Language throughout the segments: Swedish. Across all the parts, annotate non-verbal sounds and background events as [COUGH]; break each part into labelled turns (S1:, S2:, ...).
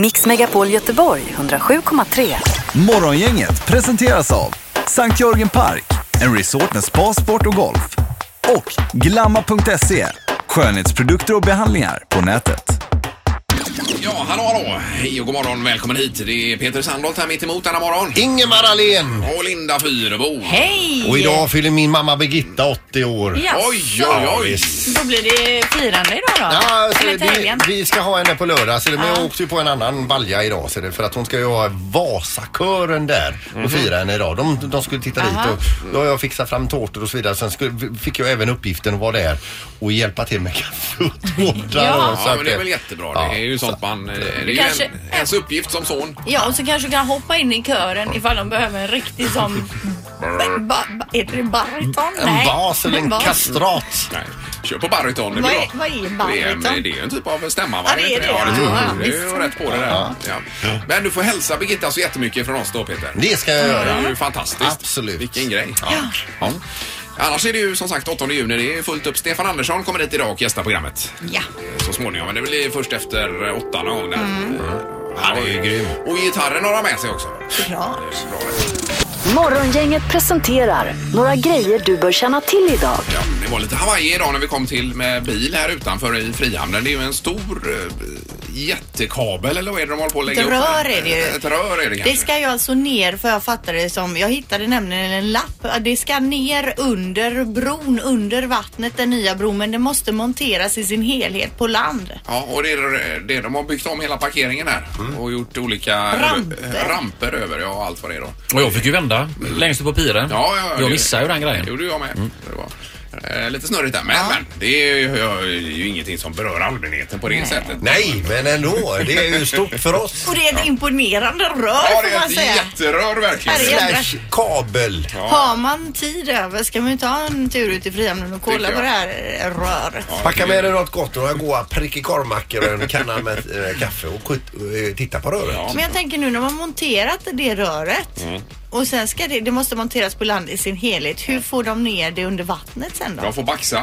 S1: Mix Megapol Göteborg 107,3.
S2: Morgongänget presenteras av Sankt Jörgen Park, en resort med spa, sport och golf. Och Glamma.se, skönhetsprodukter och behandlingar på nätet.
S3: Ja, hallå, hallå. Hej och god morgon. Välkommen hit. Det är Peter Sandholt här mitt emot denna morgon.
S4: Ingemar Ahlén!
S3: Och Linda Fyrebo.
S5: Hej!
S4: Och idag fyller min mamma Birgitta 80 år.
S5: Jaså.
S3: Oj, oj, oj.
S5: Då blir det firande idag då?
S4: Ja, så
S5: Eller till
S4: det,
S5: helgen?
S4: Alltså, vi ska ha henne på lördag, så det, men jag åkte ju på en annan balja idag så det, för att hon ska ju ha Vasakören där
S3: Mhm.
S4: och fira henne idag. De, de skulle titta dit och då har jag fixat fram tårtor och så vidare. Sen skulle, fick jag även uppgiften att vara där och hjälpa till med kaffe och tårta.
S5: Ja.
S4: och så
S3: Ja,
S4: att
S3: men det är väl jättebra.
S4: Ja,
S3: Det är ju sånt man... eh, Det är ju
S5: Kanske-
S3: en, ens uppgift som son.
S5: Ja, och så kanske du kan hoppa in i kören ifall de behöver en riktig som... Ba, ba, heter det bariton?
S4: En bas eller en
S5: Bas.
S4: kastrat.
S3: Nej, kör på bariton. Det
S5: Vad
S3: blir
S5: är,
S3: bra.
S5: vad är
S3: Det är, en, det
S5: bariton?
S3: är en typ av stämma, va?
S5: Ja, det är det.
S3: Ja, det, tror
S5: Ja,
S3: jag. det är
S5: visst.
S3: ju rätt på det där. Ja. Men du får hälsa Birgitta så jättemycket från oss då, Peter.
S4: Det ska jag
S3: Det
S4: göra.
S3: är ju fantastiskt.
S4: Absolut.
S3: Vilken grej. Ja. Ja. Annars är det ju som sagt 8 juni. Det är fullt upp. Stefan Andersson kommer hit idag och gästar programmet.
S5: Ja.
S3: så småningom. Men det blir först efter eh, åtta någon gång där.
S5: Mm.
S4: Han är ju grym.
S3: Och gitarren har han med sig också.
S5: Bra.
S3: Bra.
S1: Morgongänget presenterar några grejer du bör känna till idag.
S3: Ja, det var lite Hawaii idag när vi kom till med bil här utanför i Frihamnen. Det är ju en stor eh, jättekabel eller vad är det de håller på att lägga
S5: Ett
S3: upp?
S5: rör är det ju.
S3: Ett rör är det kanske.
S5: Det ska ju alltså ner för jag fattar det som, jag hittade nämligen en lapp. Det ska ner under bron, under vattnet, den nya bron. Men det måste monteras i sin helhet på land.
S3: Ja, och det är det de har byggt om hela parkeringen här
S4: Mm.
S3: och gjort olika eh,
S5: Ramper.
S3: ramper över ja, och allt vad det är då.
S6: Och jag fick ju vända längst upp på piren.
S3: Ja, ja, ja, det-
S6: jag missade ju den
S3: Det
S6: grejen.
S3: gjorde jag med.
S4: Mm.
S3: Det var. eh, Lite snurrigt där, men, men det är ju, ja, det är ju ingenting som berör allmänheten på det sättet.
S4: Nej, men ändå. Det är ju stort för oss.
S5: Och det är ett imponerande rör
S3: Ja, det
S5: får man
S3: är
S5: säga.
S3: ett jätterör verkligen.
S5: Herregud.
S4: Slash kabel.
S5: Har man tid över ska man ju ta en tur ut i Frihamnen och kolla
S3: Tycker jag.
S5: på det här eh, röret.
S4: Packa med dig något gott, några goa prickkorvmackor och en kanna med eh, kaffe och kut- och, eh, titta på röret.
S3: Ja.
S5: Men jag tänker nu när man monterat det röret
S3: Mm.
S5: och sen ska det, det måste monteras på land i sin helhet. Hur får de ner det under vattnet sen då?
S3: De får baxa.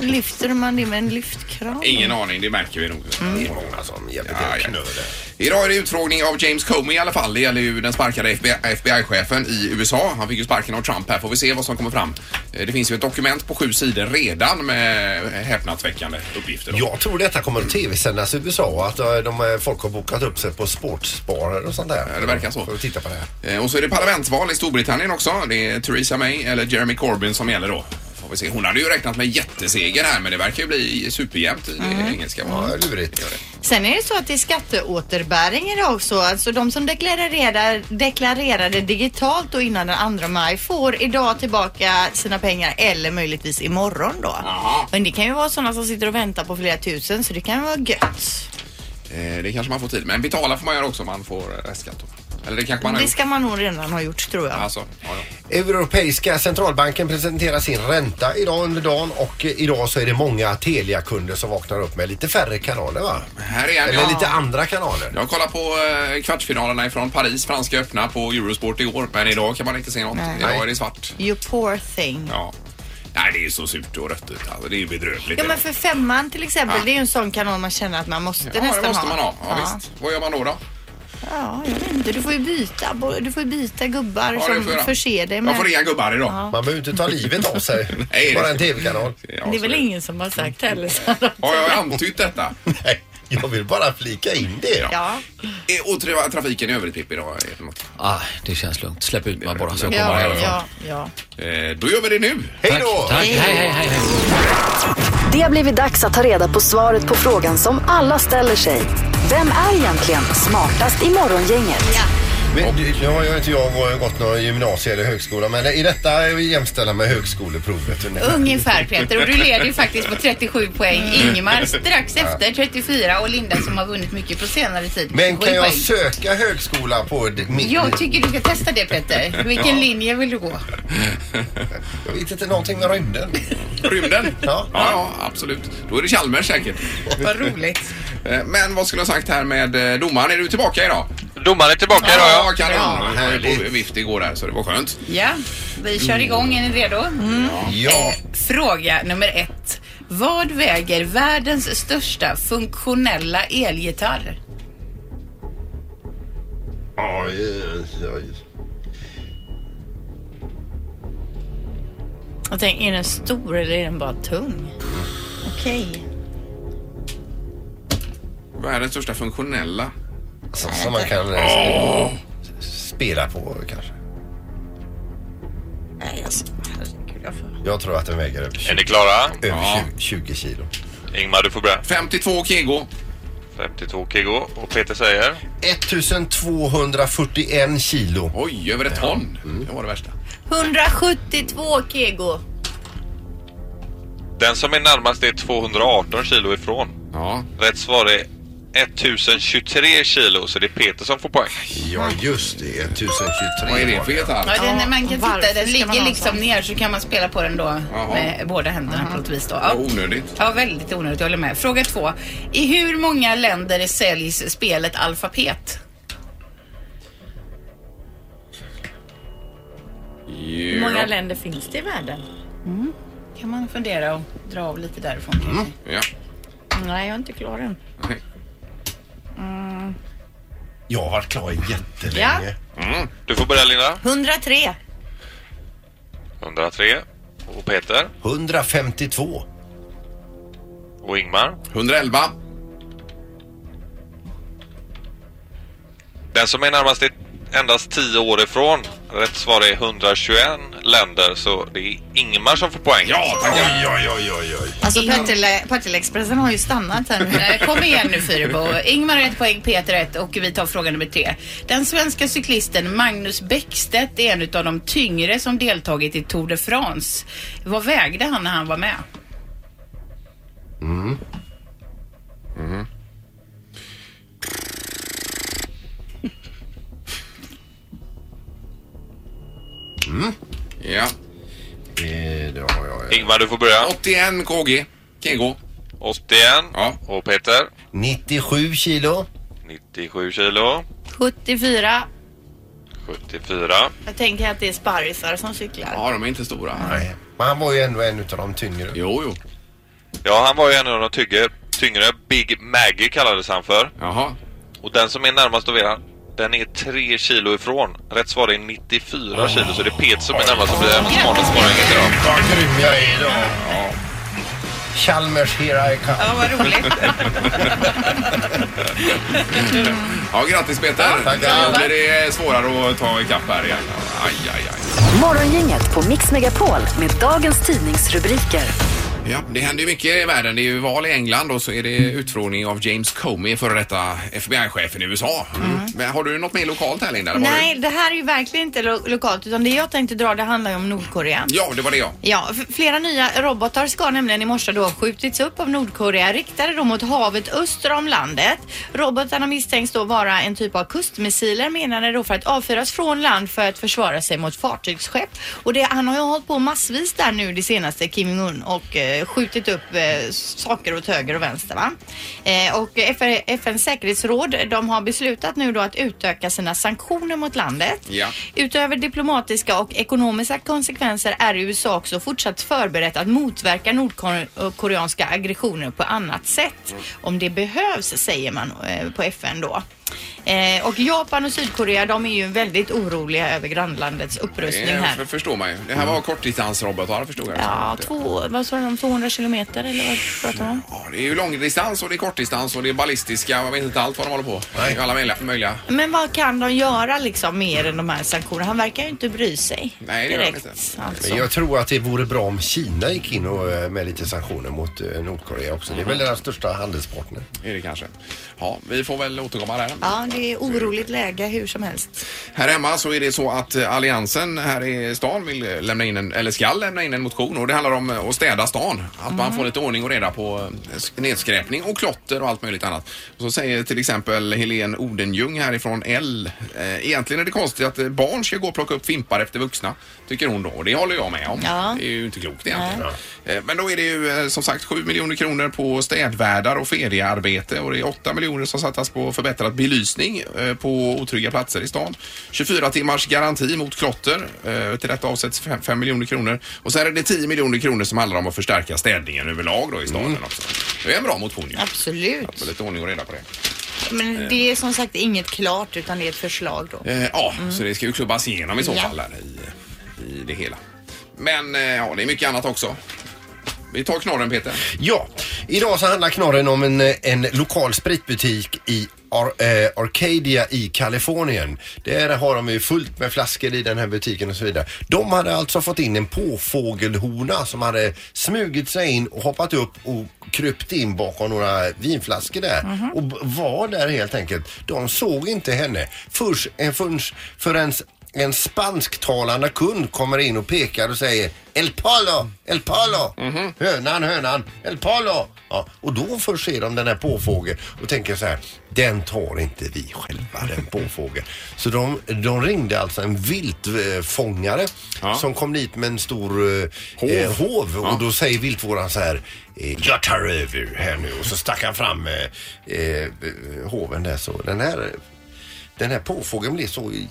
S5: Lyfter man det med en lyftkran?
S3: Ingen aning, det märker vi nog.
S4: Mm. Det är många som jävligt
S3: Ja, ja.
S4: knör det.
S3: Idag är det utfrågning av James Comey i alla fall. Det gäller ju den sparkade FBI-chefen i USA. Han fick ju sparken av Trump här. Får vi se vad som kommer fram. Eh, Det finns ju ett dokument på sju sidor redan med häpnadsväckande uppgifter. då.
S4: Jag tror detta kommer att tv-sändas i USA och att eh, de, eh, folk har bokat upp sig på sportsbarer och sånt där.
S3: Ja, det verkar så.
S4: För att titta på det här.
S3: Eh, Och så är det parlamentsval i Storbritannien också. Det är Theresa May eller Jeremy Corbyn som gäller då. Får vi se. Hon hade ju räknat med jätteseger här men det verkar ju bli superjämnt i det engelska
S4: Ja,
S3: valet.
S4: lurigt.
S5: Sen är det så att det är skatteåterbäring idag också. Alltså de som deklarerade, deklarerade digitalt då innan den 2 maj får idag tillbaka sina pengar eller möjligtvis imorgon då.
S3: Jaha.
S5: Men det kan ju vara sådana som sitter och väntar på flera tusen så det kan ju vara gött.
S3: Eh, Det kanske man får tid med. Men betala får man göra också om man får restskatt. då. Eller det kanske man har
S5: Det
S3: gjort.
S5: ska man nog redan ha gjort tror jag.
S3: Alltså, ja, ja.
S4: Europeiska centralbanken presenterar sin ränta idag under dagen och eh, idag så är det många Telia-kunder som vaknar upp med lite färre kanaler va?
S3: Här är han.
S4: Eller
S3: ja.
S4: lite andra kanaler.
S3: Jag kollar på eh, kvartsfinalerna ifrån Paris, franska öppna på Eurosport igår. Men idag kan man inte se något.
S5: Nej.
S3: Idag är det svart.
S5: You poor thing.
S3: Ja. Nej, det är ju så surt och rött ut. Alltså, det är ju bedrövligt.
S5: Ja men för femman till exempel, det är ju en sån kanal man känner att man måste
S3: ja,
S5: nästan
S3: det måste
S5: ha.
S3: man ha. Ja, Visst. Vad gör man då? då?
S5: ja, jag vet inte. Du får ju byta, du får ju byta gubbar
S3: Ja, det får jag
S5: som
S3: göra.
S5: förser dig med.
S3: Jag får ringa gubbar idag. Ja.
S4: Man behöver ju inte ta livet av sig.
S3: [LAUGHS] Nej, det-
S4: Bara en tv-kanal.
S5: det är
S3: så
S5: väl ingen som har sagt heller. så.
S3: [LAUGHS] Har jag antytt [LAUGHS] detta?
S4: Nej, jag vill bara flika in det.
S5: Ja.
S3: Eh, Och tra- trafiken i övrigt Pippi idag? är det något?
S6: Ah, det känns lugnt. Släpp ut mig bara så jag kommer
S5: Ja,
S6: härifrån.
S5: ja, ja.
S3: Eh, Då gör vi det nu.
S4: Hej då!
S6: Tack. Hej, hej, hej. hej.
S1: Det har blivit dags att ta reda på svaret på frågan som alla ställer sig. Vem är egentligen smartast i morgongänget?
S4: Men, du, nu har jag inte jag gått någon gymnasie eller högskola men i detta är vi jämställda med högskoleprovet.
S7: Ungefär Peter och du leder ju faktiskt på 37 poäng.
S4: Mm.
S7: Ingemar strax efter 34 och Linda som har vunnit mycket på senare tid.
S4: Men kan
S7: 27
S4: jag
S7: poäng.
S4: söka högskola på d- mitt...
S7: Jag tycker du ska testa det Peter. Vilken linje vill du gå?
S4: Jag vet inte, någonting med rymden.
S3: Rymden?
S4: Ja.
S3: ja, ja, absolut. Då är det Chalmers säkert.
S7: Vad roligt.
S3: Eh, Men vad skulle jag ha sagt här med eh, domaren? Är du tillbaka idag?
S8: Domaren är tillbaka idag ja.
S3: Ja, kanon.
S4: Ja,
S3: Jag var ju på
S4: härligt.
S3: vift igår där så det var skönt.
S7: Ja, vi kör igång. Är ni redo?
S4: Ja,
S7: Mm. Fråga nummer ett. Vad väger världens största funktionella elgitarr?
S4: Oj, oj, oj.
S5: Jag tänker, är den stor eller är den bara tung? Okej.
S3: Världens största funktionella.
S4: Som, som man kan eh, sp- spela på kanske.
S7: Nej, alltså, herregud. jag får-
S4: Jag tror att den väger över 20,
S8: Är ni klara?
S4: över
S3: Ja.
S4: 20, 20 kilo.
S8: Ingmar, du får börja.
S3: 52 kg.
S8: 52 kg och Peter säger?
S4: 1241 kilo. Mm.
S3: Oj, över ett ton. Det var det värsta.
S7: 172 kego.
S8: Den som är närmast är 218 kilo ifrån.
S3: Ja.
S8: Rätt svar är 1023 kilo, så det är Peter som får poäng.
S4: Ja, just det. 1023
S3: Vad är det
S4: var
S3: för
S7: Ja,
S3: gitarr?
S7: den, man kan
S5: varför
S7: sitta,
S5: ska
S7: den
S5: man
S7: ligger
S5: ha
S7: liksom
S5: sån?
S7: ner så kan man spela på den då med båda händerna på något vis då. Ja.
S3: Vad onödigt.
S7: Ja, väldigt onödigt. Jag håller med. Fråga två. I hur många länder säljs spelet Alfabet?
S5: Hur många länder finns det i världen?
S7: Mm. Kan man fundera och dra av lite därifrån kanske?
S3: Ja.
S7: Nej, jag är inte klar än.
S3: Nej. Mm.
S4: Jag har varit klar jättelänge.
S8: Mm. Du får börja Linda.
S5: 103.
S8: 103. Och Peter.
S4: 152.
S8: Och Ingmar.
S3: 111.
S8: Den som är närmast är endast 10 år ifrån. Rätt svar är 121 länder, så det är Ingmar som får poäng.
S3: Ja,
S4: Oj,
S3: tackar.
S4: oj, oj, oj, oj.
S5: Alltså Partille, Partilleexpressen har ju stannat [LAUGHS] här nu.
S7: Eh, Kom igen nu Fyrebo. Ingmar har ett poäng, Peter ett och vi tar fråga nummer tre. Den svenska cyklisten Magnus Bäckstedt är en av de tyngre som deltagit i Tour de France. Vad vägde han när han var med?
S9: Mm-hmm.
S1: Mm.
S3: Ja.
S4: Eh, Det har jag. eh.
S8: Ingmar, du får börja.
S3: 81 kg. Kg.
S8: 81.
S3: Ja.
S8: Och Peter.
S4: 97 kilo.
S8: 97 kilo.
S5: 74.
S8: 74.
S5: Jag tänker att det är sparrisar som cyklar.
S3: Ja, de är inte stora.
S4: Nej. Men han var ju ändå en utav de tyngre.
S3: Jo, jo.
S8: Ja, han var ju en av de tyngre. tyngre. Big Maggie kallades han för.
S3: Jaha.
S8: Och den som är närmast av er, den är 3 kilo ifrån. Rätt svar är 94 kilo, så det är Peter som är närmast och blir även smartast på poängen idag.
S4: Vad grym jag är idag. Ja. Chalmers, here I come.
S7: Ja, vad roligt.
S3: Ja, grattis Peter.
S4: tackar.
S3: Nu blir det svårare att ta ikapp här igen. Aj, aj, aj.
S1: Morgongänget på Mix Megapol med dagens tidningsrubriker.
S3: Ja, det händer ju mycket i världen. Det är ju val i England och så är det utfrågning av James Comey, före detta FBI-chefen i USA. Mm. Men har du något mer lokalt här Linda? eller var
S5: Nej, det här är ju verkligen inte lo- lokalt utan det jag tänkte dra det handlar ju om Nordkorea.
S3: det- Ja, det var det ja.
S5: Ja, f- flera nya robotar ska nämligen i morse då ha skjutits upp av Nordkorea riktade då mot havet öster om landet. Robotarna misstänks då vara en typ av kustmissiler menade då för att avfyras från land för att försvara sig mot fartygsskepp. Och det, han har ju hållit på massvis där nu det senaste Kim Jong-Un och eh, skjutit upp eh, saker åt höger och vänster va. Eh, och FN, FNs säkerhetsråd de har beslutat nu då att utöka sina sanktioner mot landet.
S3: Ja.
S5: Utöver diplomatiska och ekonomiska konsekvenser är USA också fortsatt förberett att motverka nordkoreanska aggressioner på annat sätt. Om det behövs, säger man eh, på FN då. Eh, och Japan och Sydkorea, de är ju väldigt oroliga över grannlandets upprustning
S3: Det Eh, för-
S5: här.
S3: förstår man ju. Det här var kortdistansrobotar förstod jag.
S5: Ja, två, vad sa de, 200 kilometer eller vad pratar de om?
S3: Ja, det är ju långdistans och det är kortdistans och det är ballistiska. Jag vet inte allt vad de håller på. Det är ju alla möjliga. möjliga.
S5: Men vad kan de göra liksom mer än de här sanktionerna? Han verkar ju inte bry sig.
S3: Nej, det gör han
S5: direkt.
S3: inte.
S5: Alltså.
S4: Men jag tror att det vore bra om Kina gick in och, eh, med lite sanktioner mot eh, Nordkorea också. Det är väl deras största handelspartner.
S3: Är det kanske. Ja, vi får väl återkomma där.
S5: Ja, det är oroligt läge hur som helst.
S3: Här hemma så är det så att eh, Alliansen här i stan vill eh, lämna in en, eller ska lämna in en motion och det handlar om eh, att städa stan. Att man får lite ordning och reda på eh, sk- nedskräpning och klotter och allt möjligt annat. Och så säger till exempel Helene Odenjung härifrån L. eh, Egentligen är det konstigt att eh, barn ska gå och plocka upp fimpar efter vuxna, tycker hon då. Och det håller jag med om.
S5: Ja.
S3: Det är ju inte klokt egentligen. Eh, Men då är det ju eh, som sagt 7 miljoner kronor på städvärdar och feriearbete och det är 8 miljoner som satsas på förbättrad belysning eh, på otrygga platser i stan. 24 timmars garanti mot klotter. eh, Till detta avsätts 5 miljoner kronor. Och sen är det 10 miljoner kronor som handlar om att förstärka städningen överlag då i staden också. Det är en bra motion ju.
S5: Mm. Absolut.
S3: Att få lite ordning och reda på det.
S5: Men det är som sagt inget klart utan det är ett förslag då.
S3: Eh, ja, så det ska ju klubbas igenom i så
S5: Mm. Ja.
S3: fall här, i, i det hela. Men eh, ja, det är mycket annat också. Vi tar knorren Peter.
S4: Ja, idag så handlar knorren om en, eh, en lokal spritbutik i Ar eh, Arcadia i Kalifornien. Där har de ju fullt med flaskor i den här butiken och så vidare. De hade alltså fått in en påfågelhona som hade smugit sig in och hoppat upp och krypt in bakom några vinflaskor där och b- var där helt enkelt. De såg inte henne förs, eh, förs, förrän en spansktalande kund kommer in och pekar och säger El Palo, El Palo,
S3: Mhm.
S4: hönan, hönan, El Palo. Ja, och då först ser de den här påfågeln och tänker så här, den tar inte vi själva den påfågeln. Så de, de ringde alltså en viltfångare
S3: Ja.
S4: som kom dit med en stor eh,
S3: Hov.
S4: eh, hov och
S3: Ja.
S4: då säger viltvårdaren så här eh, jag tar över här nu och så stack han fram eh, eh, hoven där så den här den här påfågeln blev så i-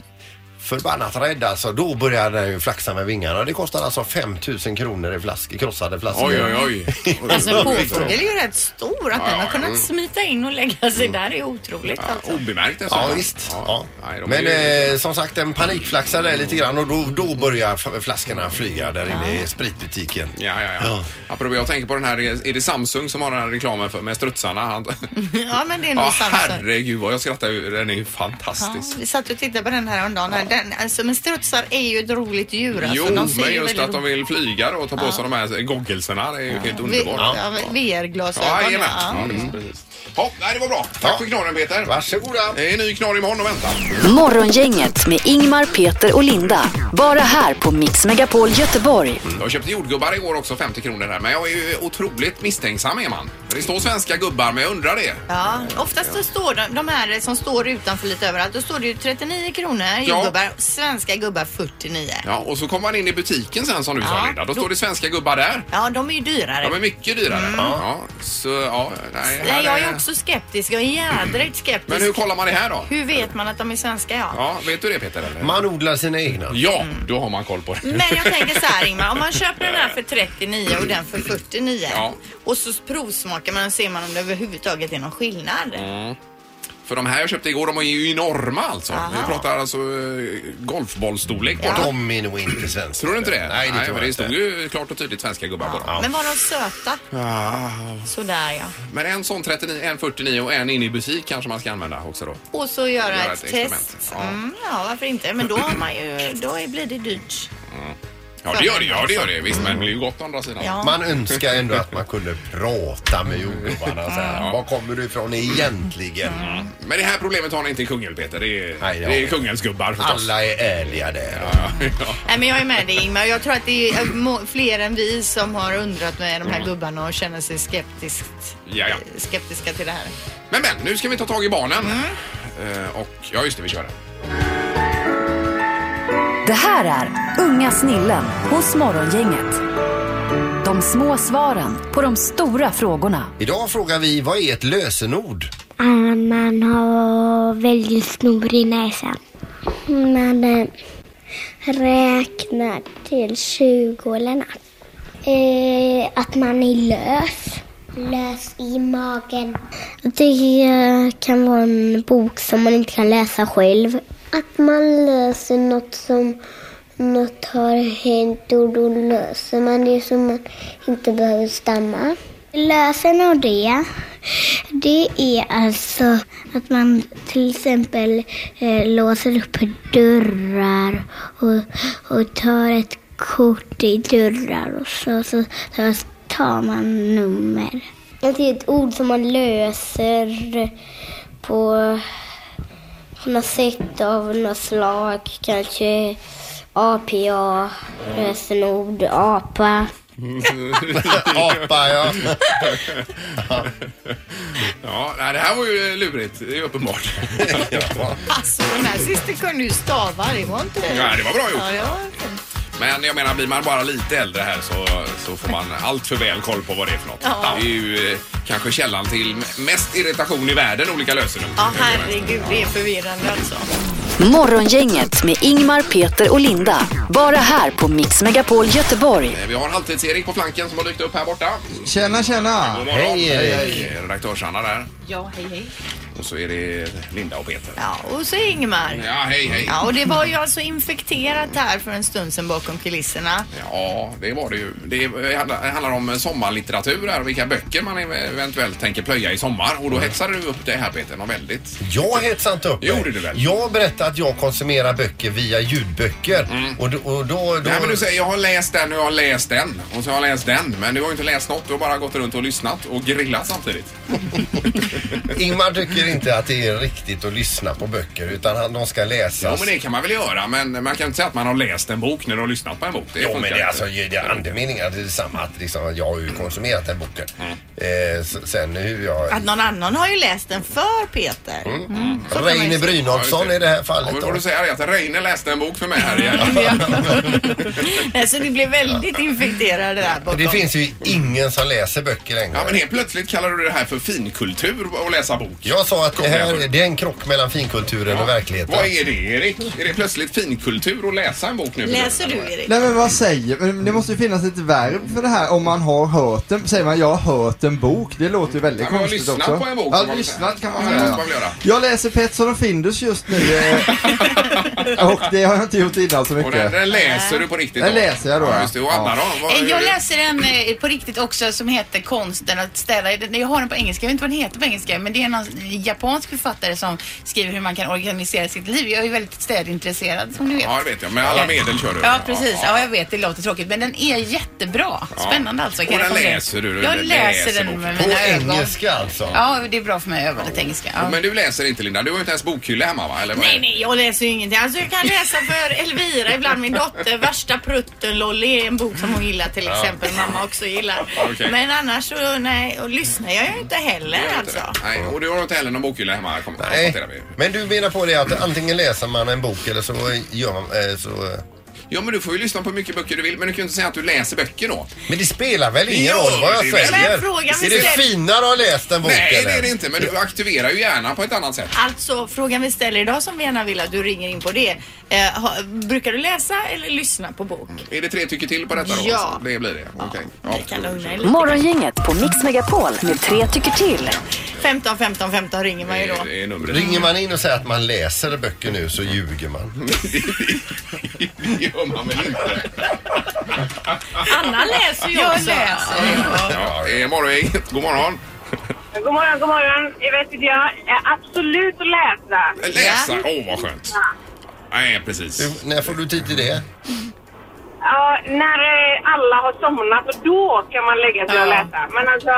S4: förbannat rädd alltså. Då började den ju flaxa med vingarna. Det kostade alltså 5000 kronor i flask, krossade flaskor.
S3: Oj, oj, oj.
S5: [LAUGHS] Alltså påfågel är ju rätt stor. Att den
S3: ja,
S5: har kunnat smita in och lägga sig där är otroligt
S3: Ja,
S5: alltså.
S3: obemärkt alltså.
S4: Ja visst. Ja.
S3: Nej, de är
S4: Men
S3: ju...
S4: eh, som sagt den panikflaxade lite grann och då, då börjar f- flaskorna flyga där inne i spritbutiken.
S3: Ja, ja, ja.
S4: Ja.
S3: Apropå, jag tänker på den här, är det Samsung som har den här reklamen för, med strutsarna? Han,
S5: [LAUGHS] Ja men det är nog
S3: ja,
S5: sant. så.
S3: herregud vad jag skrattar ju. Den är ju
S5: Ja,
S3: fantastisk.
S5: vi satt och tittade på den här om dagen. här. Den, alltså, men strutsar är ju ett roligt djur. Alltså,
S3: jo,
S5: de ser
S3: men
S5: ju
S3: just
S5: väldigt
S3: att de vill flyga då och ta på sig de här gogglesarna. Det är ju helt
S5: Vi-
S3: underbart.
S5: ja, VR-glasögon.
S3: Ja,
S5: Ja,
S3: jajamän. Mm. Ja, nej, det var bra. Tack
S4: Ja.
S3: för knorren Peter.
S4: Varsågoda.
S3: Det är en ny knorr imorgon och vänta.
S1: Morgongänget med Ingmar, Peter och Linda. Bara här på Mix Megapol Göteborg.
S3: Jag köpte jordgubbar igår också, 50 kronor här. Men jag är ju otroligt misstänksam är man. Det står svenska gubbar, men jag undrar det.
S5: Ja, oftast så står de, de här som står utanför lite överallt, då står det ju 39 kronor, jordgubbar, svenska gubbar 49. Ja.
S3: Ja, och så kommer man in i butiken sen som du sa
S5: Ja,
S3: Linda. Då
S5: då-
S3: står det svenska gubbar där.
S5: de är ju dyrare.
S3: De är mycket dyrare. Ja, så ja, nej. här
S5: Mm. Nej, jag
S3: är-
S5: är också skeptisk. Jag är jädrigt skeptisk.
S3: Men hur kollar man det här då?
S5: Hur vet man att de är svenska? Ja.
S3: Ja, vet du det Peter? Eller?
S4: Man odlar sina egna.
S3: Ja, då har man koll på det.
S5: Men
S3: [LAUGHS]
S5: jag tänker så här Ingmar, om man köper den här för 39 och den för 49
S3: Ja.
S5: och så provsmakar man och ser man om det överhuvudtaget är någon skillnad.
S3: Mm. För de här jag köpte igår, de är ju enorma alltså. Vi pratar alltså eh, golfbollstorlek på
S4: Och
S3: dem.
S4: de är nog inte svenska.
S3: Tror du inte det?
S4: Nej, det tror
S3: men
S4: jag
S3: det stod
S4: inte.
S3: ju klart och tydligt svenska gubbar på dem.
S5: Men var de söta?
S3: Ah,
S5: Sådär ja.
S3: Men en sån 39, en 49 och en in i butik kanske man ska använda också då.
S5: Och så göra
S3: Göra
S5: ett,
S3: ett experiment.
S5: test.
S3: Ja.
S5: Mm, ja, varför inte? Men då, har man ju, då är- blir det dyrt.
S3: Mm. Ja, det gör det. Ja, det, gör det. Visst, men det blir ju gott å andra sidan.
S5: Ja.
S4: Man önskar ändå att man kunde prata med jordgubbarna. Så här. Var kommer du ifrån egentligen?
S3: Mm. Men det här problemet har ni inte i Kungälv, Peter. Det är,
S4: Nej, det har
S3: det är
S4: vi.
S3: Kungälvs gubbar förstås.
S4: Alla är ärliga där.
S3: Ja, ja. [LAUGHS]
S5: Nej, men jag är med dig Ingmar. Jag tror att det är må- fler än vi som har undrat med de här
S3: Mm.
S5: gubbarna och känner sig skeptiskt,
S3: Ja, ja.
S5: skeptiska till det här.
S3: Men, men, nu ska vi ta tag i barnen.
S5: Mm.
S3: Eh, och, ja, just det, vi kör
S4: [LAUGHS]
S3: den.
S1: Det här är Unga snillen hos Morgongänget. De små svaren på de stora frågorna.
S4: Idag frågar vi vad är ett lösenord?
S9: Man har väldigt snorig näsa. Man eh, räknar till 20 eller nåt. Eh, att man är lös. Lös i magen. Det eh, kan vara en bok som man inte kan läsa själv. Att man löser något som något har hänt och då löser man det så man inte behöver stamma. Lösen och det, det är alltså att man till exempel eh, låser upp dörrar och, och tar ett kort i dörrar och så, så, så tar man nummer. Det är ett ord som man löser på på något sätt av något slag. Kanske APA, lösenord, apa.
S4: Apa, ja.
S3: [LAUGHS] Ja, nej, det här var ju lurigt. Det är
S4: [LAUGHS]
S3: uppenbart.
S5: Alltså den här sista kunde ju stava. Det var inte...
S3: Ja, det var bra gjort.
S5: Ja, det var inte-
S3: Men jag menar, blir man bara lite äldre här så, så får man allt för väl koll på vad det är för något.
S5: Ja.
S3: Det är ju eh, kanske källan till mest irritation i världen, olika lösenord.
S5: ja herregud, det är förvirrande alltså.
S1: Morgongänget med Ingmar, Peter och Linda. Bara här på Mix Megapol Göteborg.
S3: Eh, Vi har Halvtids-Erik på flanken som har dykt upp här borta.
S10: Tjena, tjena!
S3: God morgon. Eh,
S4: Hej, Erik.
S3: Redaktörs-Anna där.
S7: Ja, hej hej.
S3: Och så är det Linda och Peter.
S5: Ja, och så Ingmar.
S3: Ja, hej hej.
S5: Ja, och det var ju alltså infekterat här för en stund sedan bakom kulisserna.
S3: Ja, det var det ju. Det handlar- handlar om sommarlitteratur här, vilka böcker man eventuellt tänker plöja i sommar. Och då hetsade du upp det här Peter, något väldigt.
S4: Jag hetsade inte upp mig.
S3: Gjorde du väl?
S4: Jag berättade att jag konsumerar böcker via ljudböcker. Och, då, och då, då...
S3: Mm. Nej men du säger jag har läst den och jag har läst den och så har jag läst den. Men du har ju inte läst något, du har bara gått runt och lyssnat och grillat samtidigt.
S4: Ingmar tycker inte att det är riktigt att lyssna på böcker utan han, de ska läsas.
S3: Ja men det kan man väl göra men man kan inte säga att man har läst en bok när du har lyssnat på en bok. Det
S4: Jo, men
S3: funkar
S4: det är
S3: inte.
S4: alltså det är andemeningen att det är samma att liksom, jag har ju konsumerat den boken.
S3: Mm.
S4: Eh, s- sen hur jag...
S5: Att någon annan har ju läst den för Peter. Mm, så kan man ju
S4: Reine
S5: se.
S3: Ja,
S4: Brynolfsson
S3: just det.
S4: i det här
S3: Ja,
S4: fallet
S3: men
S4: då.
S3: får du säga det att Reine läste en bok för mig här
S7: [LAUGHS]
S3: igen.
S5: Nej, så ni Alltså, blev väldigt infekterade där bakom.
S4: Det finns ju ingen som läser böcker längre.
S3: Ja men helt plötsligt kallar du det här för finkultur att läsa bok.
S4: Jag sa att det,
S3: Kommer jag
S4: här,
S3: ihåg.
S4: det är en krock mellan finkulturen och verkligheten.
S3: Vad är det Erik? Är det plötsligt finkultur att läsa en bok nu? för
S5: Läser du
S3: tiden?
S5: Erik?
S10: Nej men vad säger men Det måste ju finnas ett verb för det här om man har hört den. Säger man jag har hört en bok? Det låter ju väldigt
S3: Ja, men jag har
S10: konstigt
S3: lyssnat
S10: också.
S3: på en bok, kan
S10: Ja,
S3: man väl
S10: lyssnat
S3: säga.
S10: kan man
S3: Ja,
S10: säga.
S3: det kan man väl göra.
S10: Jag läser Petson och Findus just nu.
S3: [LAUGHS]
S10: eh, och det har jag inte gjort innan så
S3: Och den,
S10: mycket.
S3: den läser du på riktigt?
S10: Den
S3: då?
S10: läser jag då,
S3: Ja,
S10: ja.
S3: just det. Och Anna då? Vad-
S7: Eh, Jag läser en eh, på riktigt också som heter Konsten att ställa. Jag har den på engelska, jag vet inte vad den heter på engelska. Men det är någon japansk författare som skriver hur man kan organisera sitt liv. Jag är ju väldigt städintresserad som du vet.
S3: Ja, det vet jag. Med alla medel kör du.
S7: Ja, precis. Ja, jag vet. Det låter tråkigt. Men den är jättebra. Spännande alltså.
S3: Och den
S7: rekommendera.
S3: läser du, du
S7: Jag
S3: läser
S7: läser den med
S3: boken.
S4: På
S7: mina ögon.
S4: engelska alltså?
S7: Ja, det är bra för mig att översätta engelska. Ja.
S3: Men du läser inte Linda? Du har ju inte ens bokhylla hemma va? Eller vad är
S5: Nej,
S3: det?
S5: nej, jag läser ju ingenting. Alltså jag kan läsa för Elvira ibland, min dotter. Värsta prutten Lolly är en bok som hon gillar till exempel. Mamma också gillar.
S3: Okej.
S5: Men annars så, nej, och lyssnar jag ju inte heller
S3: Du gör inte
S5: alltså.
S3: det. Nej, och du har inte heller någon bokhylla hemma? Kom,
S4: Nej.
S3: konstaterar vi.
S4: Men du menar på det att antingen läser man en bok eller så gör man... Eh, så,
S3: Ja, men du får ju lyssna på hur mycket böcker du vill, men du kan ju inte säga att du läser böcker då.
S4: men det spelar väl ingen
S3: Jo,
S4: roll vad jag
S3: det är väl-
S4: säger?
S5: Men frågan
S4: är
S5: vi
S4: det
S5: ställer-
S4: finare att ha läst en bok
S3: Nej,
S4: eller?
S3: det är det inte, men du aktiverar ju gärna på ett annat sätt.
S5: Alltså frågan vi ställer idag som vi gärna vill att du ringer in på det. Eh, ha, brukar du läsa eller lyssna på bok?
S3: Är det tre tycker till på detta då?
S5: Ja.
S3: Det blir det? Okej.
S5: Vi kan lugna er lite.
S1: Morgongänget på Mix Megapol med tre tycker till.
S5: 15 15 15 ringer man ju då.
S3: Det- Det är numret.
S4: Ringer man in och säger att man läser böcker nu så ljuger man.
S3: [LAUGHS] Det gör man väl inte?
S5: Anna läser ju
S7: Jag
S5: också.
S7: läser.
S3: Ja, det är morgongänget. God morgon.
S11: God morgon, god morgon. Jag vet inte, jag är absolut att läsa.
S3: Läsa. Åh, vad skönt. Nej, precis.
S4: Du, när får du tid till det?
S11: Ja, när eh, alla har somnat och då kan man lägga sig och
S7: Ja.
S11: läsa. Men alltså,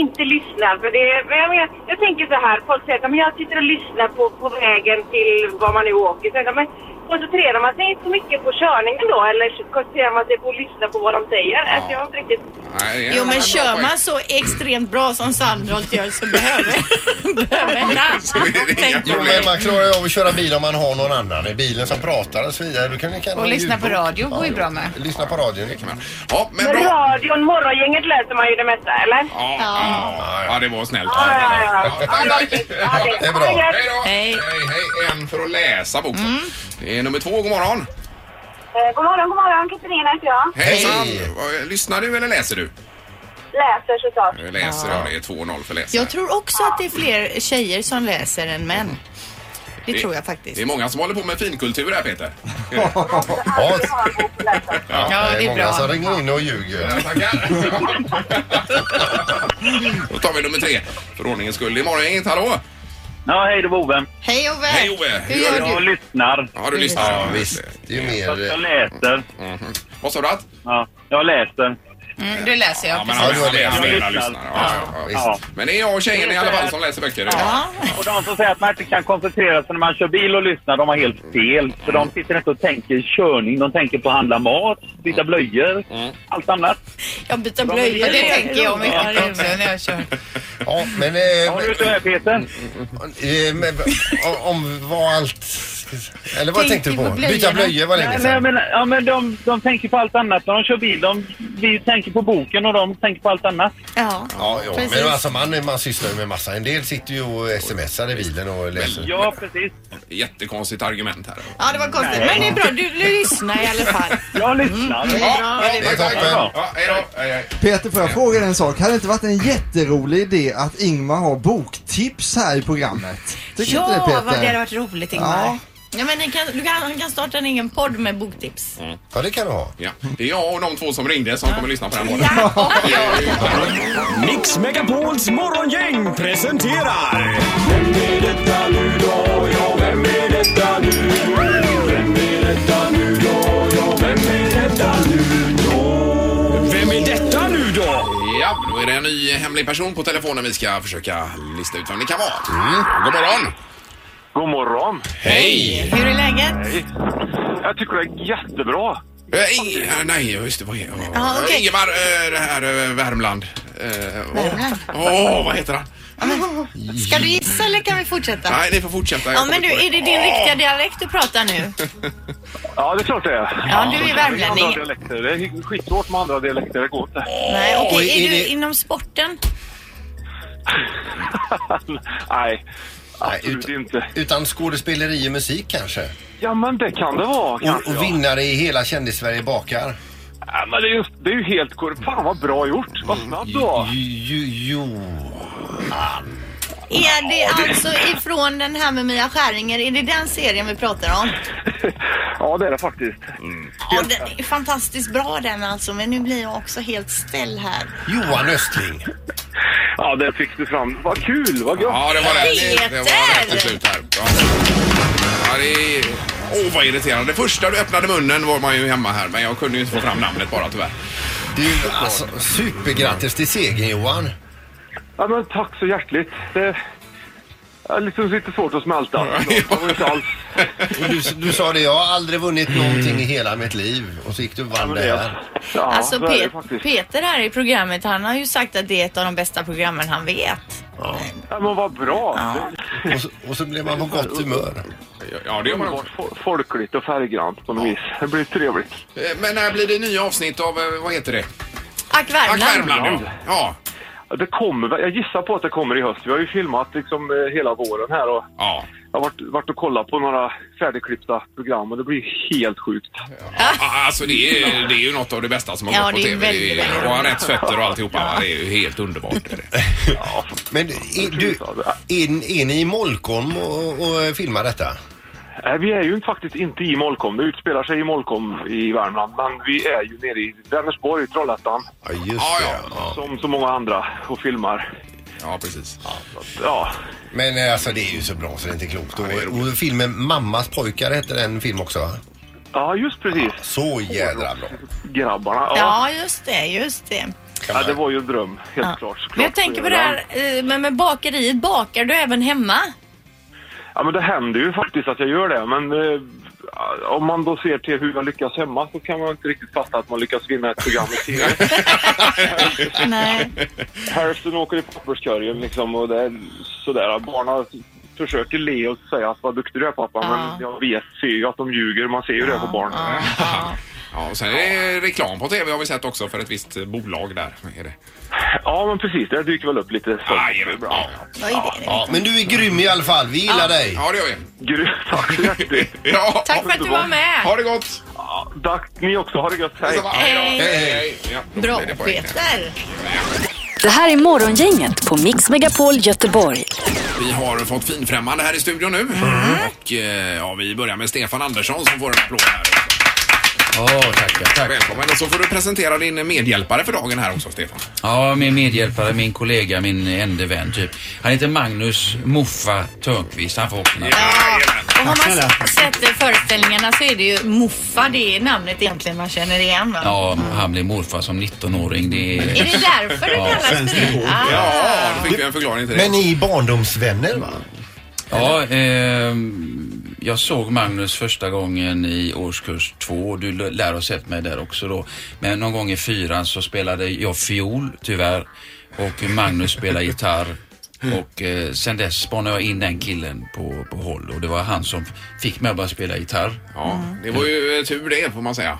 S11: inte lyssna. För det, men jag, menar, jag tänker så här, folk säger att "Men jag sitter och lyssnar på, på vägen till var man nu åker. Så, jag tänker, men koncentrerar man sig inte så mycket på körningen då? Eller koncentrerar man sig på att lyssna på vad de säger? Alltså, jag har inte riktigt...
S3: Nej, det är
S5: Jo
S3: en
S5: men
S3: bra
S5: kör
S3: poäng.
S5: man så extremt bra som Sandholt gör så behöver behöver en
S3: är [LAUGHS] det
S5: annan.
S3: inga
S5: Tänk
S4: Jo,
S5: på
S4: men
S5: det.
S4: man klarar ju av att köra bil om man har någon annan i bilen som pratar och så vidare. Du kan, du kan
S7: Och
S4: ha
S7: lyssna
S4: ljudbok.
S7: på radio går ju bra med.
S4: Lyssna på radion, det kan man.
S3: Ja, men
S11: Men
S3: bra.
S11: radion, morgongänget läser man ju det mesta, eller?
S3: Ja, ja. ja, det var snällt.
S11: Ja, ja, ja.
S3: Ja, tack, tack.
S4: Det är bra.
S3: Hej då!
S5: Hej.
S3: hej, hej. En för att läsa boken. Det är nummer två, god morgon.
S11: Eh, God morgon, god morgon. Katarina heter jag.
S3: Hejsan!
S4: Hej.
S3: Vad- Lyssnar du eller läser du?
S11: Läser såklart.
S3: Jag Läser, ja. Det är 2-0 för läsare.
S5: [LAUGHS] Jag tror också att det är fler tjejer som läser än män. Det tror jag
S3: Det
S5: faktiskt.
S3: är många som håller på med finkultur här,
S4: [LAUGHS]
S3: Peter.
S4: Ja,
S7: Ja, det är
S4: många som
S7: bra.
S4: ringer in och ljuger.
S3: Tackar! [LAUGHS] Då tar vi nummer tre, för ordningens skull. Det är morgongänget, hallå!
S11: Ja, hej, det var Ove.
S5: Hej Ove!
S3: Hej, Ove.
S5: Hur
S3: Hur
S5: gör
S11: Jag
S5: du?
S11: lyssnar.
S3: Ja, du lyssnar. Mm.
S4: Ja, visst. Det är ju mer... eh,
S11: läser.
S3: Vad sa du att?
S11: Ja, jag läser.
S7: Mm, det läser jag.
S3: men
S7: precis.
S4: Ja, du har läst.
S3: menar lyssnar. Ja, ja, visst.
S11: Ja.
S3: Men det är jag och tjejen i alla fall som läser böcker.
S5: Ja,
S11: Och de som säger att man inte kan koncentrera sig när man kör bil och lyssnar, de har helt fel. För de sitter inte och tänker körning, de tänker på att handla mat, byta blöjor, allt annat.
S5: jag byter
S7: Ja,
S5: blöjor.
S7: det tänker jag mycket på när jag kör.
S4: Ja, men... eh,
S11: Har du inte med
S3: Mm,
S11: Peter?
S4: eh, men- om- Om vad allt... Eller vad
S7: Tänk
S4: tänkte du
S7: på
S4: på?
S7: blöjorna.
S4: Byta blöjor var länge
S11: Nej, men, jag
S4: sedan.
S11: menar, ja, men de, de tänker på allt annat när de kör bil. De, vi tänker på boken och de tänker på allt annat.
S5: Ja.
S4: Ja, ja.
S5: Precis.
S4: men alltså man, man sysslar ju med massa. En del sitter ju och smsar i bilen och läser.
S11: Ja, precis.
S3: jättekonstigt argument här.
S5: Ja, det var konstigt. Men det är bra, du, du lyssnar i alla fall.
S3: Jag lyssnar.
S5: Mm, det är bra.
S3: det är
S10: toppen.
S3: bra. Ja, hej då. Hej, hej.
S10: Peter, får jag fråga dig en sak? Hade det inte varit en jätterolig idé att Ingmar har boktips här i programmet? Tycker inte det
S5: Ja,
S10: Peter?
S5: vad det hade varit roligt Ingmar.
S10: Ja.
S5: Ja. men ni kan, du kan, han kan starta en egen podd med boktips.
S3: Mm.
S4: Ja, det kan du ha.
S3: Ja. Det är jag och de två som ringde som kommer att lyssna på den här podden.
S12: Mix Megapols morgongäng presenterar... Vem är detta nu då? Ja, vem är detta nu? Vem är detta nu då? Ja, vem är detta nu då? Vem är detta nu då?
S3: Ja, då är det en ny hemlig person på telefonen vi ska försöka lista ut vem det kan vara. God morgon!
S13: God morgon!
S3: Hej!
S5: Hur är läget?
S13: Hej. Jag tycker det är jättebra.
S3: Eh, Ing- eh, nej, just det. Vad är
S5: Ja,
S3: eh,
S5: okej.
S3: Ingemar, eh, det här eh, Värmland. Eh, åh.
S5: Värmland?
S3: Åh, vad heter han?
S5: Ah. Ska du gissa eller kan vi fortsätta?
S3: Nej, ni får fortsätta. Jag
S5: Ja, men
S3: kommer
S5: du,
S3: på
S5: är det din riktiga dialekt du pratar nu?
S13: Ja, det är klart det är.
S5: Ja, du är värmlänning.
S13: Andra dialekter. Det är skitsvårt med andra dialekter. Det går inte.
S5: Nej, okej.
S13: Oj,
S5: är,
S13: är
S5: du
S13: det-
S5: inom sporten?
S13: [LAUGHS] Nej,
S4: absolut
S13: inte.
S4: Utan skådespeleri och musik kanske?
S13: Ja, men det kan det vara.
S4: Och, och vinnare i hela kändis-Sverige bakar?
S13: Ja, men det är, just, det är ju helt korrekt. Fan vad bra gjort. Vad snabb du var.
S4: Johan.
S5: Är det alltså ifrån den här med Mia Skäringer? Är det den serien vi pratar om?
S13: Ja, det är det faktiskt.
S5: Ja, den är fantastiskt bra den alltså, men nu blir jag också helt ställd här.
S4: Johan Östling.
S13: Ja, det fick du fram. Vad kul, vad gött.
S3: Ja, det var rätt. Det var rätt
S5: Peter!
S3: till slut här. Ja. Ja, det är... Åh, vad irriterande. Det första du öppnade munnen var man ju hemma här, men jag kunde ju inte få fram namnet bara tyvärr.
S4: Du, alltså, supergrattis till segern Johan.
S13: Ja, men tack så hjärtligt. Det är liksom lite svårt att smälta. Det var inte alls.
S4: Och du, du sa det, jag har aldrig vunnit någonting i hela mitt liv. Och så gick du och vann det här.
S5: alltså Pe- Peter här i programmet, han har ju sagt att det är ett av de bästa programmen han vet.
S13: Ja, men vad bra.
S4: Och, så, och så blev man på gott humör.
S3: Ja, det gör man
S13: också. Folkligt och färggrant på något vis. Det blir trevligt.
S3: Eh, Men när blir det nya avsnitt av, eh, vad heter det?
S5: Ack Värmland.
S3: Ack Värmland, ja.
S13: Det kommer, väl- jag gissar på att det kommer i höst. Vi har ju filmat liksom eh, hela våren här och jag har varit, varit och kollat på några färdigklippta program och det blir helt sjukt.
S3: Ah, Alltså det är, det är ju något av det bästa som har
S13: Ja,
S3: gått på
S13: det är
S3: TV.
S13: väldigt,
S3: Det är-
S13: väldigt
S3: Och han
S13: bra.
S3: rätt fötter och alltihopa. va? Det är ju helt underbart. är det.
S4: Men är, du, är, är ni i Molkom och, och filmar detta?
S13: Nej, Eh, Vi är ju faktiskt inte i Molkom. Det utspelar sig i Molkom i Värmland. Men vi är ju nere i Vänersborg, Trollhättan.
S4: Ja, just
S13: Som så många andra och filmar.
S3: Ja, precis.
S13: Ja.
S4: Men eh, alltså det är ju så bra så det är inte klokt. Och, och filmen Mammas pojkar hette den film också va?
S13: Ja, just precis.
S4: Så jädra bra.
S13: Grabbarna,
S5: Ja, just det, just det.
S13: Ja, det var ju en dröm, helt
S5: Ja.
S13: klart.
S5: Men jag tänker på det här eh, med, med bakeriet, bakar du även hemma?
S13: Ja, men det händer ju faktiskt att jag gör det, men eh, om man då ser till hur jag lyckas hemma så kan man inte riktigt fatta att man lyckas vinna ett program i TV.
S5: [LAUGHS] Nej.
S13: Hälften åker i papperskorgen liksom och det är sådär. Barnen försöker le och säga att vad duktig du är pappa, men jag vet, ser ju att de ljuger. Man ser ju det på barnen.
S3: Ja, och sen är det reklam på TV har vi sett också för ett visst bolag där. Är det.
S13: Ja, men precis. Det dyker väl upp lite sånt. Bra.
S4: Ja, men du är grym i alla fall. Vi gillar
S13: Ja.
S4: dig.
S3: Ja, det gör
S13: vi. Grymt. Tack så hjärtligt.
S3: [LAUGHS] ja,
S5: Tack för att du var med.
S3: Ha det gott.
S13: Ja, tack ni också. Ha det gött. Hej.
S1: Hej. Hej, hej,
S3: Ja, då
S5: Bra
S3: blir det poäng.
S5: Peter.
S1: Det här är Morgongänget på Mix Megapol Göteborg.
S3: Vi har fått finfrämmande här i studion nu. Och eh, ja, vi börjar med Stefan Andersson som får en applåd här.
S6: Ja, tackar. Tack.
S3: Välkommen och så får du presentera din medhjälpare för dagen här också Stefan.
S6: Ja, min medhjälpare, min kollega, min ende vän typ. Han heter Magnus Moffa Törnqvist. Han får också en applåd.
S5: Och har man s- sett eh, föreställningarna så är det ju Muffa, det är namnet egentligen man känner igen va?
S6: Ja, han blev morfar som 19-åring. Det är...
S5: Är det därför det kallas för det? Ah.
S3: Ja, då fick vi en förklaring till det.
S6: alltså-
S4: Men ni är
S6: [LAUGHS]
S4: barndomsvänner va?
S6: Ja, ehm, jag såg Magnus första gången i årskurs två. Du l- lär ha sett mig där också då. Men någon gång i fyran så spelade jag fiol, tyvärr. Och Magnus spelade gitarr. Och eh, sen dess spanade jag in den killen på, på håll och det var han som fick mig att börja spela gitarr.
S3: Ja, det var ju eh, tur det får man säga.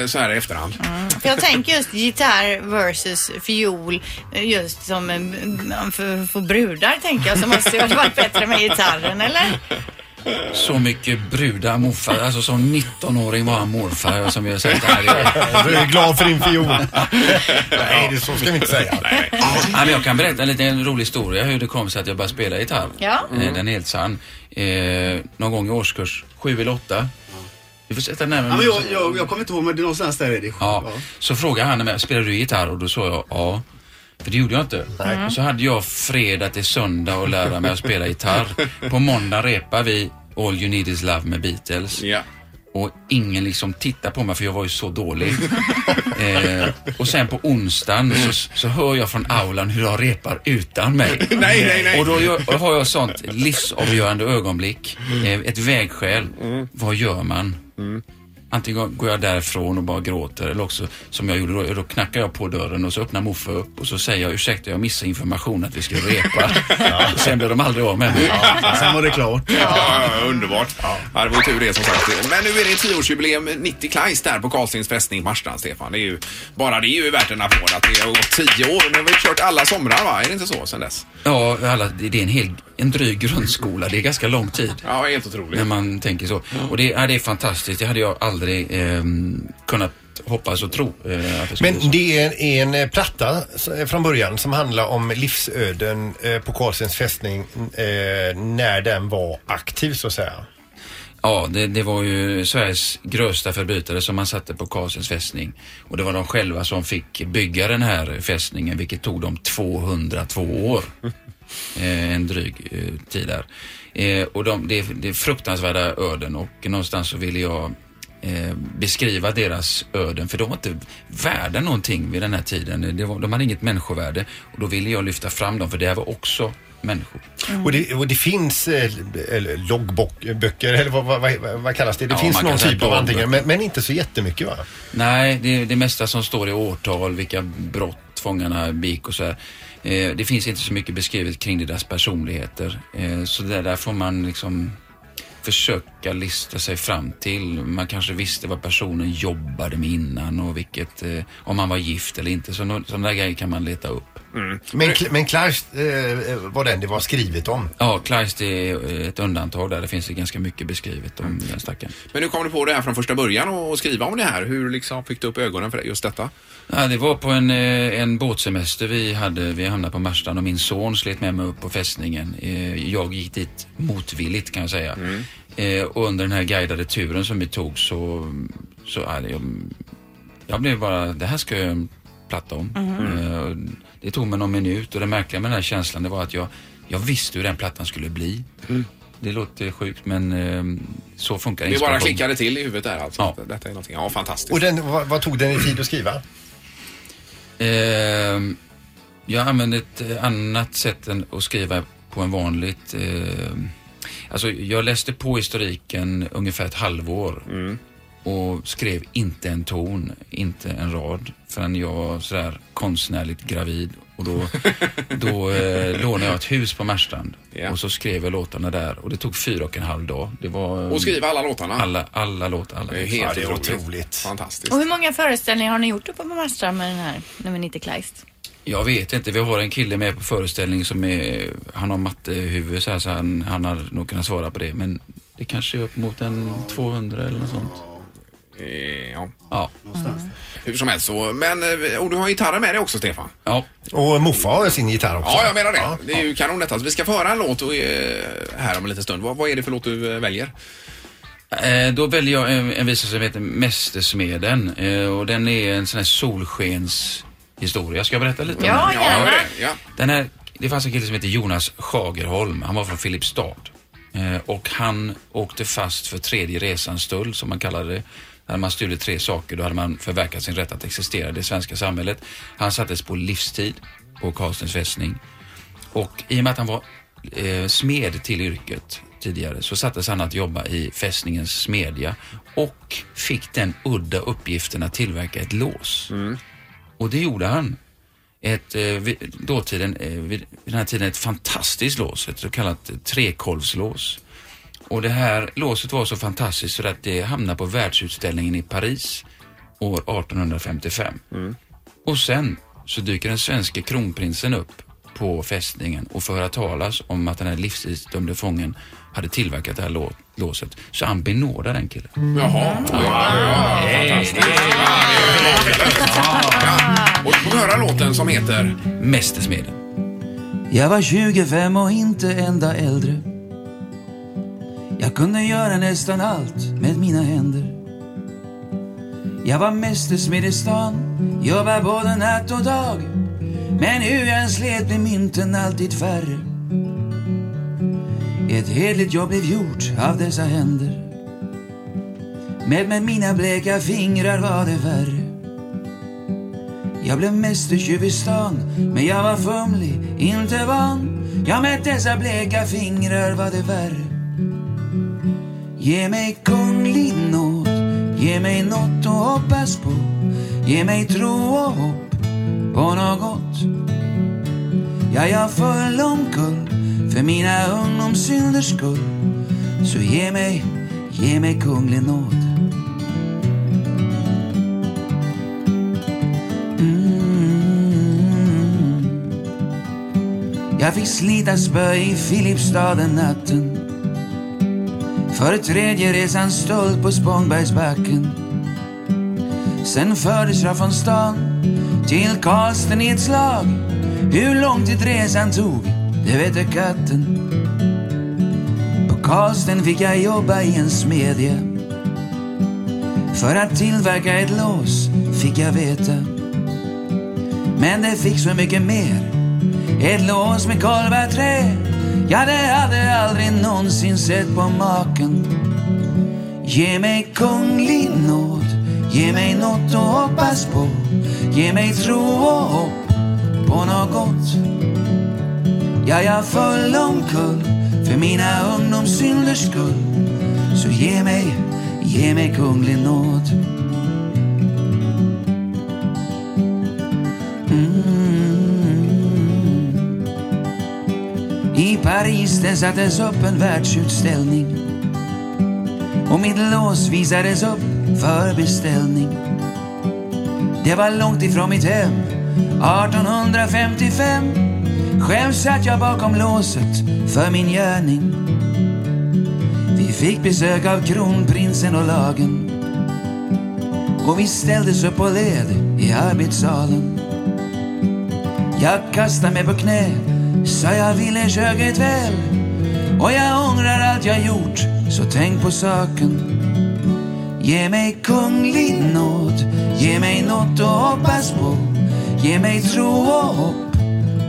S3: Eh, Så här i efterhand.
S5: För jag tänker just gitarr versus fiol eh, just som eh, b- för, för brudar tänker jag så måste det ha varit bättre med gitarren eller?
S6: så mycket brudar morfar. Alltså som 19-åring var han morfar som vi har sett här.
S4: Du är glad för din fiol.
S6: [LAUGHS]
S4: Nej, det så ska vi inte säga.
S6: Ja, men jag kan berätta en liten rolig historia hur det kom sig att jag började spela gitarr.
S7: Ja.
S6: Eh, Den är helt sann. Eh, någon gång i årskurs sju eller åtta. Du får sätta närmare
S14: Ja, men jag, jag, jag kommer inte ihåg, men det är någonstans där är det.
S6: Ja. Så frågade han mig, spelar du gitarr? Och då sa jag ja. För det gjorde jag inte.
S14: Nej.
S6: Och Så hade jag fredag till söndag och lära mig att
S3: [LAUGHS]
S6: spela gitarr. På måndag repar vi All You Need Is Love med Beatles. Och ingen liksom tittar på mig för jag var ju
S3: [LAUGHS]
S6: så dålig. eh, och sen på onsdagen så, så hör jag från aulan hur de repar utan mig.
S3: [LAUGHS] Nej, nej, nej.
S6: Och då gör, och har jag sånt livsavgörande ögonblick.
S3: Mm.
S6: Eh, ett vägskäl. Vad gör man? Antingen går jag därifrån och bara gråter eller också som jag gjorde då, då knackar jag på dörren och så öppnar morfar upp och så säger jag ursäkta jag missade information att vi skulle
S3: [LAUGHS]
S6: repa. Sen blev de aldrig av med mig.
S14: [LAUGHS] Sen var det klart.
S3: Ja, [LAUGHS] ja, underbart. Ja. det var ju tur det som sagt. Men nu är det 10-årsjubileum, 90 Kleist där på Karlstens fästning, Marstrand, Stefan. Det är ju, bara det är ju värt en applåd att det har gått 10 år. Nu har vi kört alla somrar, va? Är det inte så sen dess?
S6: Ja, alla, det det är en, hel, en dryg grundskola. Det är ganska lång tid.
S3: Ja, helt otroligt.
S6: När man tänker så. Och det, ja, det är fantastiskt. Det hade jag aldrig ehm, kunnat hoppas och tro. Eh, att det skulle
S4: Men det är en, en eh, platta s- eh, från början som handlar om livsöden eh, på Karlsens fästning eh, när den var aktiv så att säga.
S6: Ja, det, det var ju Sveriges grövsta förbrytare som man satte på Karlsens fästning. Och det var de själva som fick bygga den här fästningen, vilket tog dem 202 år. Eh, en dryg eh, tid där. Eh, och de, det, det är fruktansvärda öden och någonstans så ville jag eh, beskriva deras öden för de var inte värda någonting vid den här tiden. Det var, de hade inget människovärde och då ville jag lyfta fram dem för det här var också människor.
S4: Och, det, och det finns eh, eller loggböcker eller vad, vad, vad, vad kallas det? Det
S6: Ja,
S4: finns
S6: man kan
S4: någon
S6: säga
S4: typ av antingen men,
S6: dagböcker.
S4: men inte så jättemycket va?
S6: Nej, det är det mesta som står i årtal, vilka brott fångarna begick och så här. Eh, det finns inte så mycket beskrivet kring deras personligheter. Eh, så det där får man liksom försöka lista sig fram till. Man kanske visste vad personen jobbade med innan och vilket, eh, om man var gift eller inte. Så nå- sådana där grejer kan man leta upp.
S4: Men, Cl- men Clash eh, var den det var skrivet om.
S6: Ja, Kleist är eh, ett undantag där. Det finns ju ganska mycket beskrivet om den stackaren.
S3: Men hur kom du på det här från första början och och skriva om det här? Hur liksom fick du upp ögonen för just detta?
S6: Ja, det var på en, eh, en båtsemester vi hade. Vi hamnade på Marstrand och min son slet med mig upp på fästningen. Eh, Jag gick dit motvilligt kan jag säga.
S3: Mm.
S6: Eh, Och under den här guidade turen som vi tog så, så ja, det- jag, jag blev bara, det här ska jag göra en platta om.
S12: Mhm.
S6: Eh, och Det tog mig någon minut och det märkliga med den här känslan det var att jag, jag visste hur den plattan skulle bli. Det låter sjukt men eh, så funkar
S3: Det bara
S6: inspiration.
S3: klickade till i huvudet där alltså. Detta är någonting, ja fantastiskt.
S4: Och den, vad, vad tog den i tid att skriva?
S6: Ehm, jag använder ett eh, annat sätt än att skriva på en vanligt... ehm, alltså jag läste på historiken ungefär ett halvår
S3: Mm.
S6: och skrev inte en ton, inte en rad förrän jag var sådär konstnärligt gravid. Och då,
S3: [LAUGHS]
S6: då eh, lånade jag ett hus på Marstrand och så skrev jag låtarna där och det tog fyra och en halv dag. Det var, eh,
S3: Och skriva alla låtarna?
S6: Alla, alla låtar. Alla
S3: Det är
S6: texter.
S3: helt otroligt. Fantastiskt.
S15: Och hur många föreställningar har ni gjort uppe på Marstrand med den här nummer 90 Kleist?
S6: Jag vet inte. Vi har en kille med på föreställningen som är, han har mattehuvud så här så han, han har nog kunnat svara på det. Men det kanske är upp mot en 200 eller något sånt.
S3: Eh, Ja. Mm.
S6: ja.
S3: Hur som helst så, men eh, och du har gitarren med dig också Stefan?
S6: Ja.
S4: Och Moffa har sin gitarr också.
S3: Ja, jag menar det. Det är ju kanon detta. Så vi ska få höra en låt och, eh, här om en liten stund. Vad, vad är det för låt du eh, väljer?
S6: Eh, då väljer jag en, en visa som heter Mästersmeden eh, och den är en sån här solskenshistoria. Ska jag berätta lite? om
S12: Ja,
S6: den?
S12: gärna. Ja,
S6: Den här, det fanns en kille som heter Jonas Schagerholm. Han var från Filipstad. Eh, och han åkte fast för tredje resans stöld, som man kallade det. Hade man stulit tre saker, då hade man förverkat sin rätt att existera i det svenska samhället. Han sattes på livstid på Karlstens fästning. Och i och med att han var eh, smed till yrket tidigare så sattes han att jobba i fästningens smedja och fick den udda uppgiften att tillverka ett lås. Och det gjorde han. Ett, eh, vid, dåtiden, eh, vid, vid den här tiden ett fantastiskt lås, ett så kallat eh, trekolvslås. Och det här låset var så fantastiskt så att det hamnade på världsutställningen i Paris år 1855. Och sen så dyker den svenska kronprinsen upp på fästningen och får höra talas om att den här livstidsdömde fången hade tillverkat det här lå- låset. Så han benådar den killen.
S3: Jaha. Och du får höra låten som heter?
S6: Mästersmeden.
S16: Jag var 25 och inte enda äldre. Jag kunde göra nästan allt med mina händer. Jag var mästersmed i stan, jobbade både natt och dag. Men hur jag än slet blev mynten alltid färre. Ett hederligt jobb blev gjort av dessa händer. Men med mina bleka fingrar var det värre. Jag blev mästertjuv i stan, men jag var fumlig, inte van. Ja, med dessa bleka fingrar var det värre. Ge mig kunglig nåd, ge mig något att hoppas på. Ge mig tro och hopp på något. Ja, jag föll omkull för mina ungdomssynders skull. Så ge mig, ge mig kunglig nåd. Jag fick slita spö i Filipstad den natten. För tredje resan stöld på Spångbergsbacken. Sen fördes jag från stan till Karlsten i ett slag. Hur lång tid resan tog, det vete katten. På Karlsten fick jag jobba i en smedja. För att tillverka ett lås fick jag veta. Men det fick så mycket mer ett lås med kolvat trä Ja, det hade aldrig någonsin sett på maken Ge mig kunglig nåd Ge mig något att hoppas på Ge mig tro och hopp på något Ja, jag föll omkull för mina ungdomssynders skull Så ge mig, ge mig kunglig nåd I Paris det sattes upp en världsutställning och mitt lås visades upp för beställning. Det var långt ifrån mitt hem, 1855. Själv satt jag bakom låset för min gärning. Vi fick besök av kronprinsen och lagen och vi ställdes upp på led i arbetssalen. Jag kastade mig på knä sa jag ville köket väl och jag ångrar allt jag gjort så tänk på saken Ge mig kunglig nåd Ge mig något att hoppas på Ge mig tro och hopp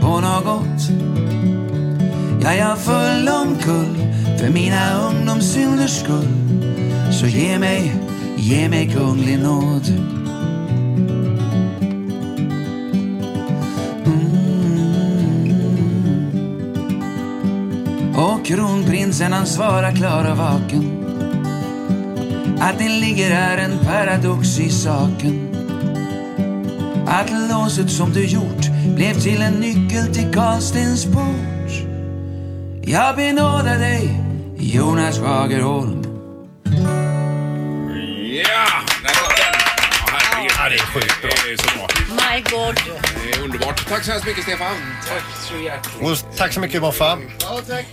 S16: på något Ja, jag föll omkull för mina ungdomssynders skull Så ge mig, ge mig kunglig nåd Och kronprinsen han svarar klar och vaken Att det ligger här en paradox i saken Att låset som du gjort blev till en nyckel till Karlstens port Jag benådar dig, Jonas Fagerholm
S3: Ja! Där satt den! Ja, herregud. Det är sjukt bra. Det är så bra.
S15: My God.
S3: Det är underbart. Tack så hemskt mycket Stefan. Tack så hjärtligt.
S4: Och tack så mycket Moffa.
S3: Ja, tack.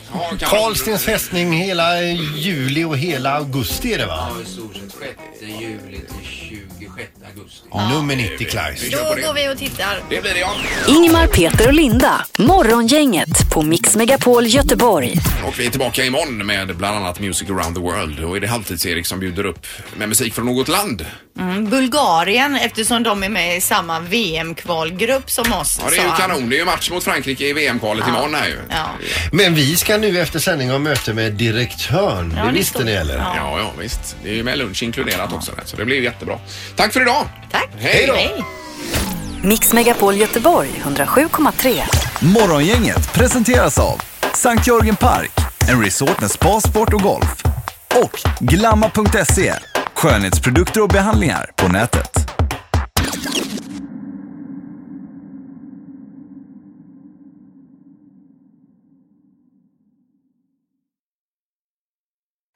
S4: Karlstens fästning hela juli och hela augusti är det va?
S6: i stort sett 6 juli till 26 augusti.
S4: Nummer 90 Kleist.
S15: Då går vi och tittar.
S3: Det blir det ja.
S1: Ingmar, Peter och Linda. Morgongänget på Mix Megapol Göteborg.
S3: Och vi är tillbaka imorgon med bland annat Music around the world. Och är det Halvtids-Erik som bjuder upp med musik från något land.
S5: Mm, Bulgarien eftersom de är med i samma VM-kvalgrupp som oss.
S3: Ja, det är
S5: sa
S3: ju
S5: han.
S3: kanon. Det är ju match mot Frankrike i VM-kvalet
S5: Ja.
S3: imorgon här ju.
S5: Ja.
S4: Men vi ska nu efter sändning ha möte med direktören. det visste ni eller?
S3: Ja. ja, visst. Det är ju med lunch inkluderat också. där, Så det blir jättebra. Tack för idag. Tack. Hej då.
S1: Mix Megapol Göteborg 107,3.
S2: Morgongänget presenteras av Sankt Jörgen Park, en resort med spa, sport och golf. Och Glamma.se, skönhetsprodukter och behandlingar på nätet.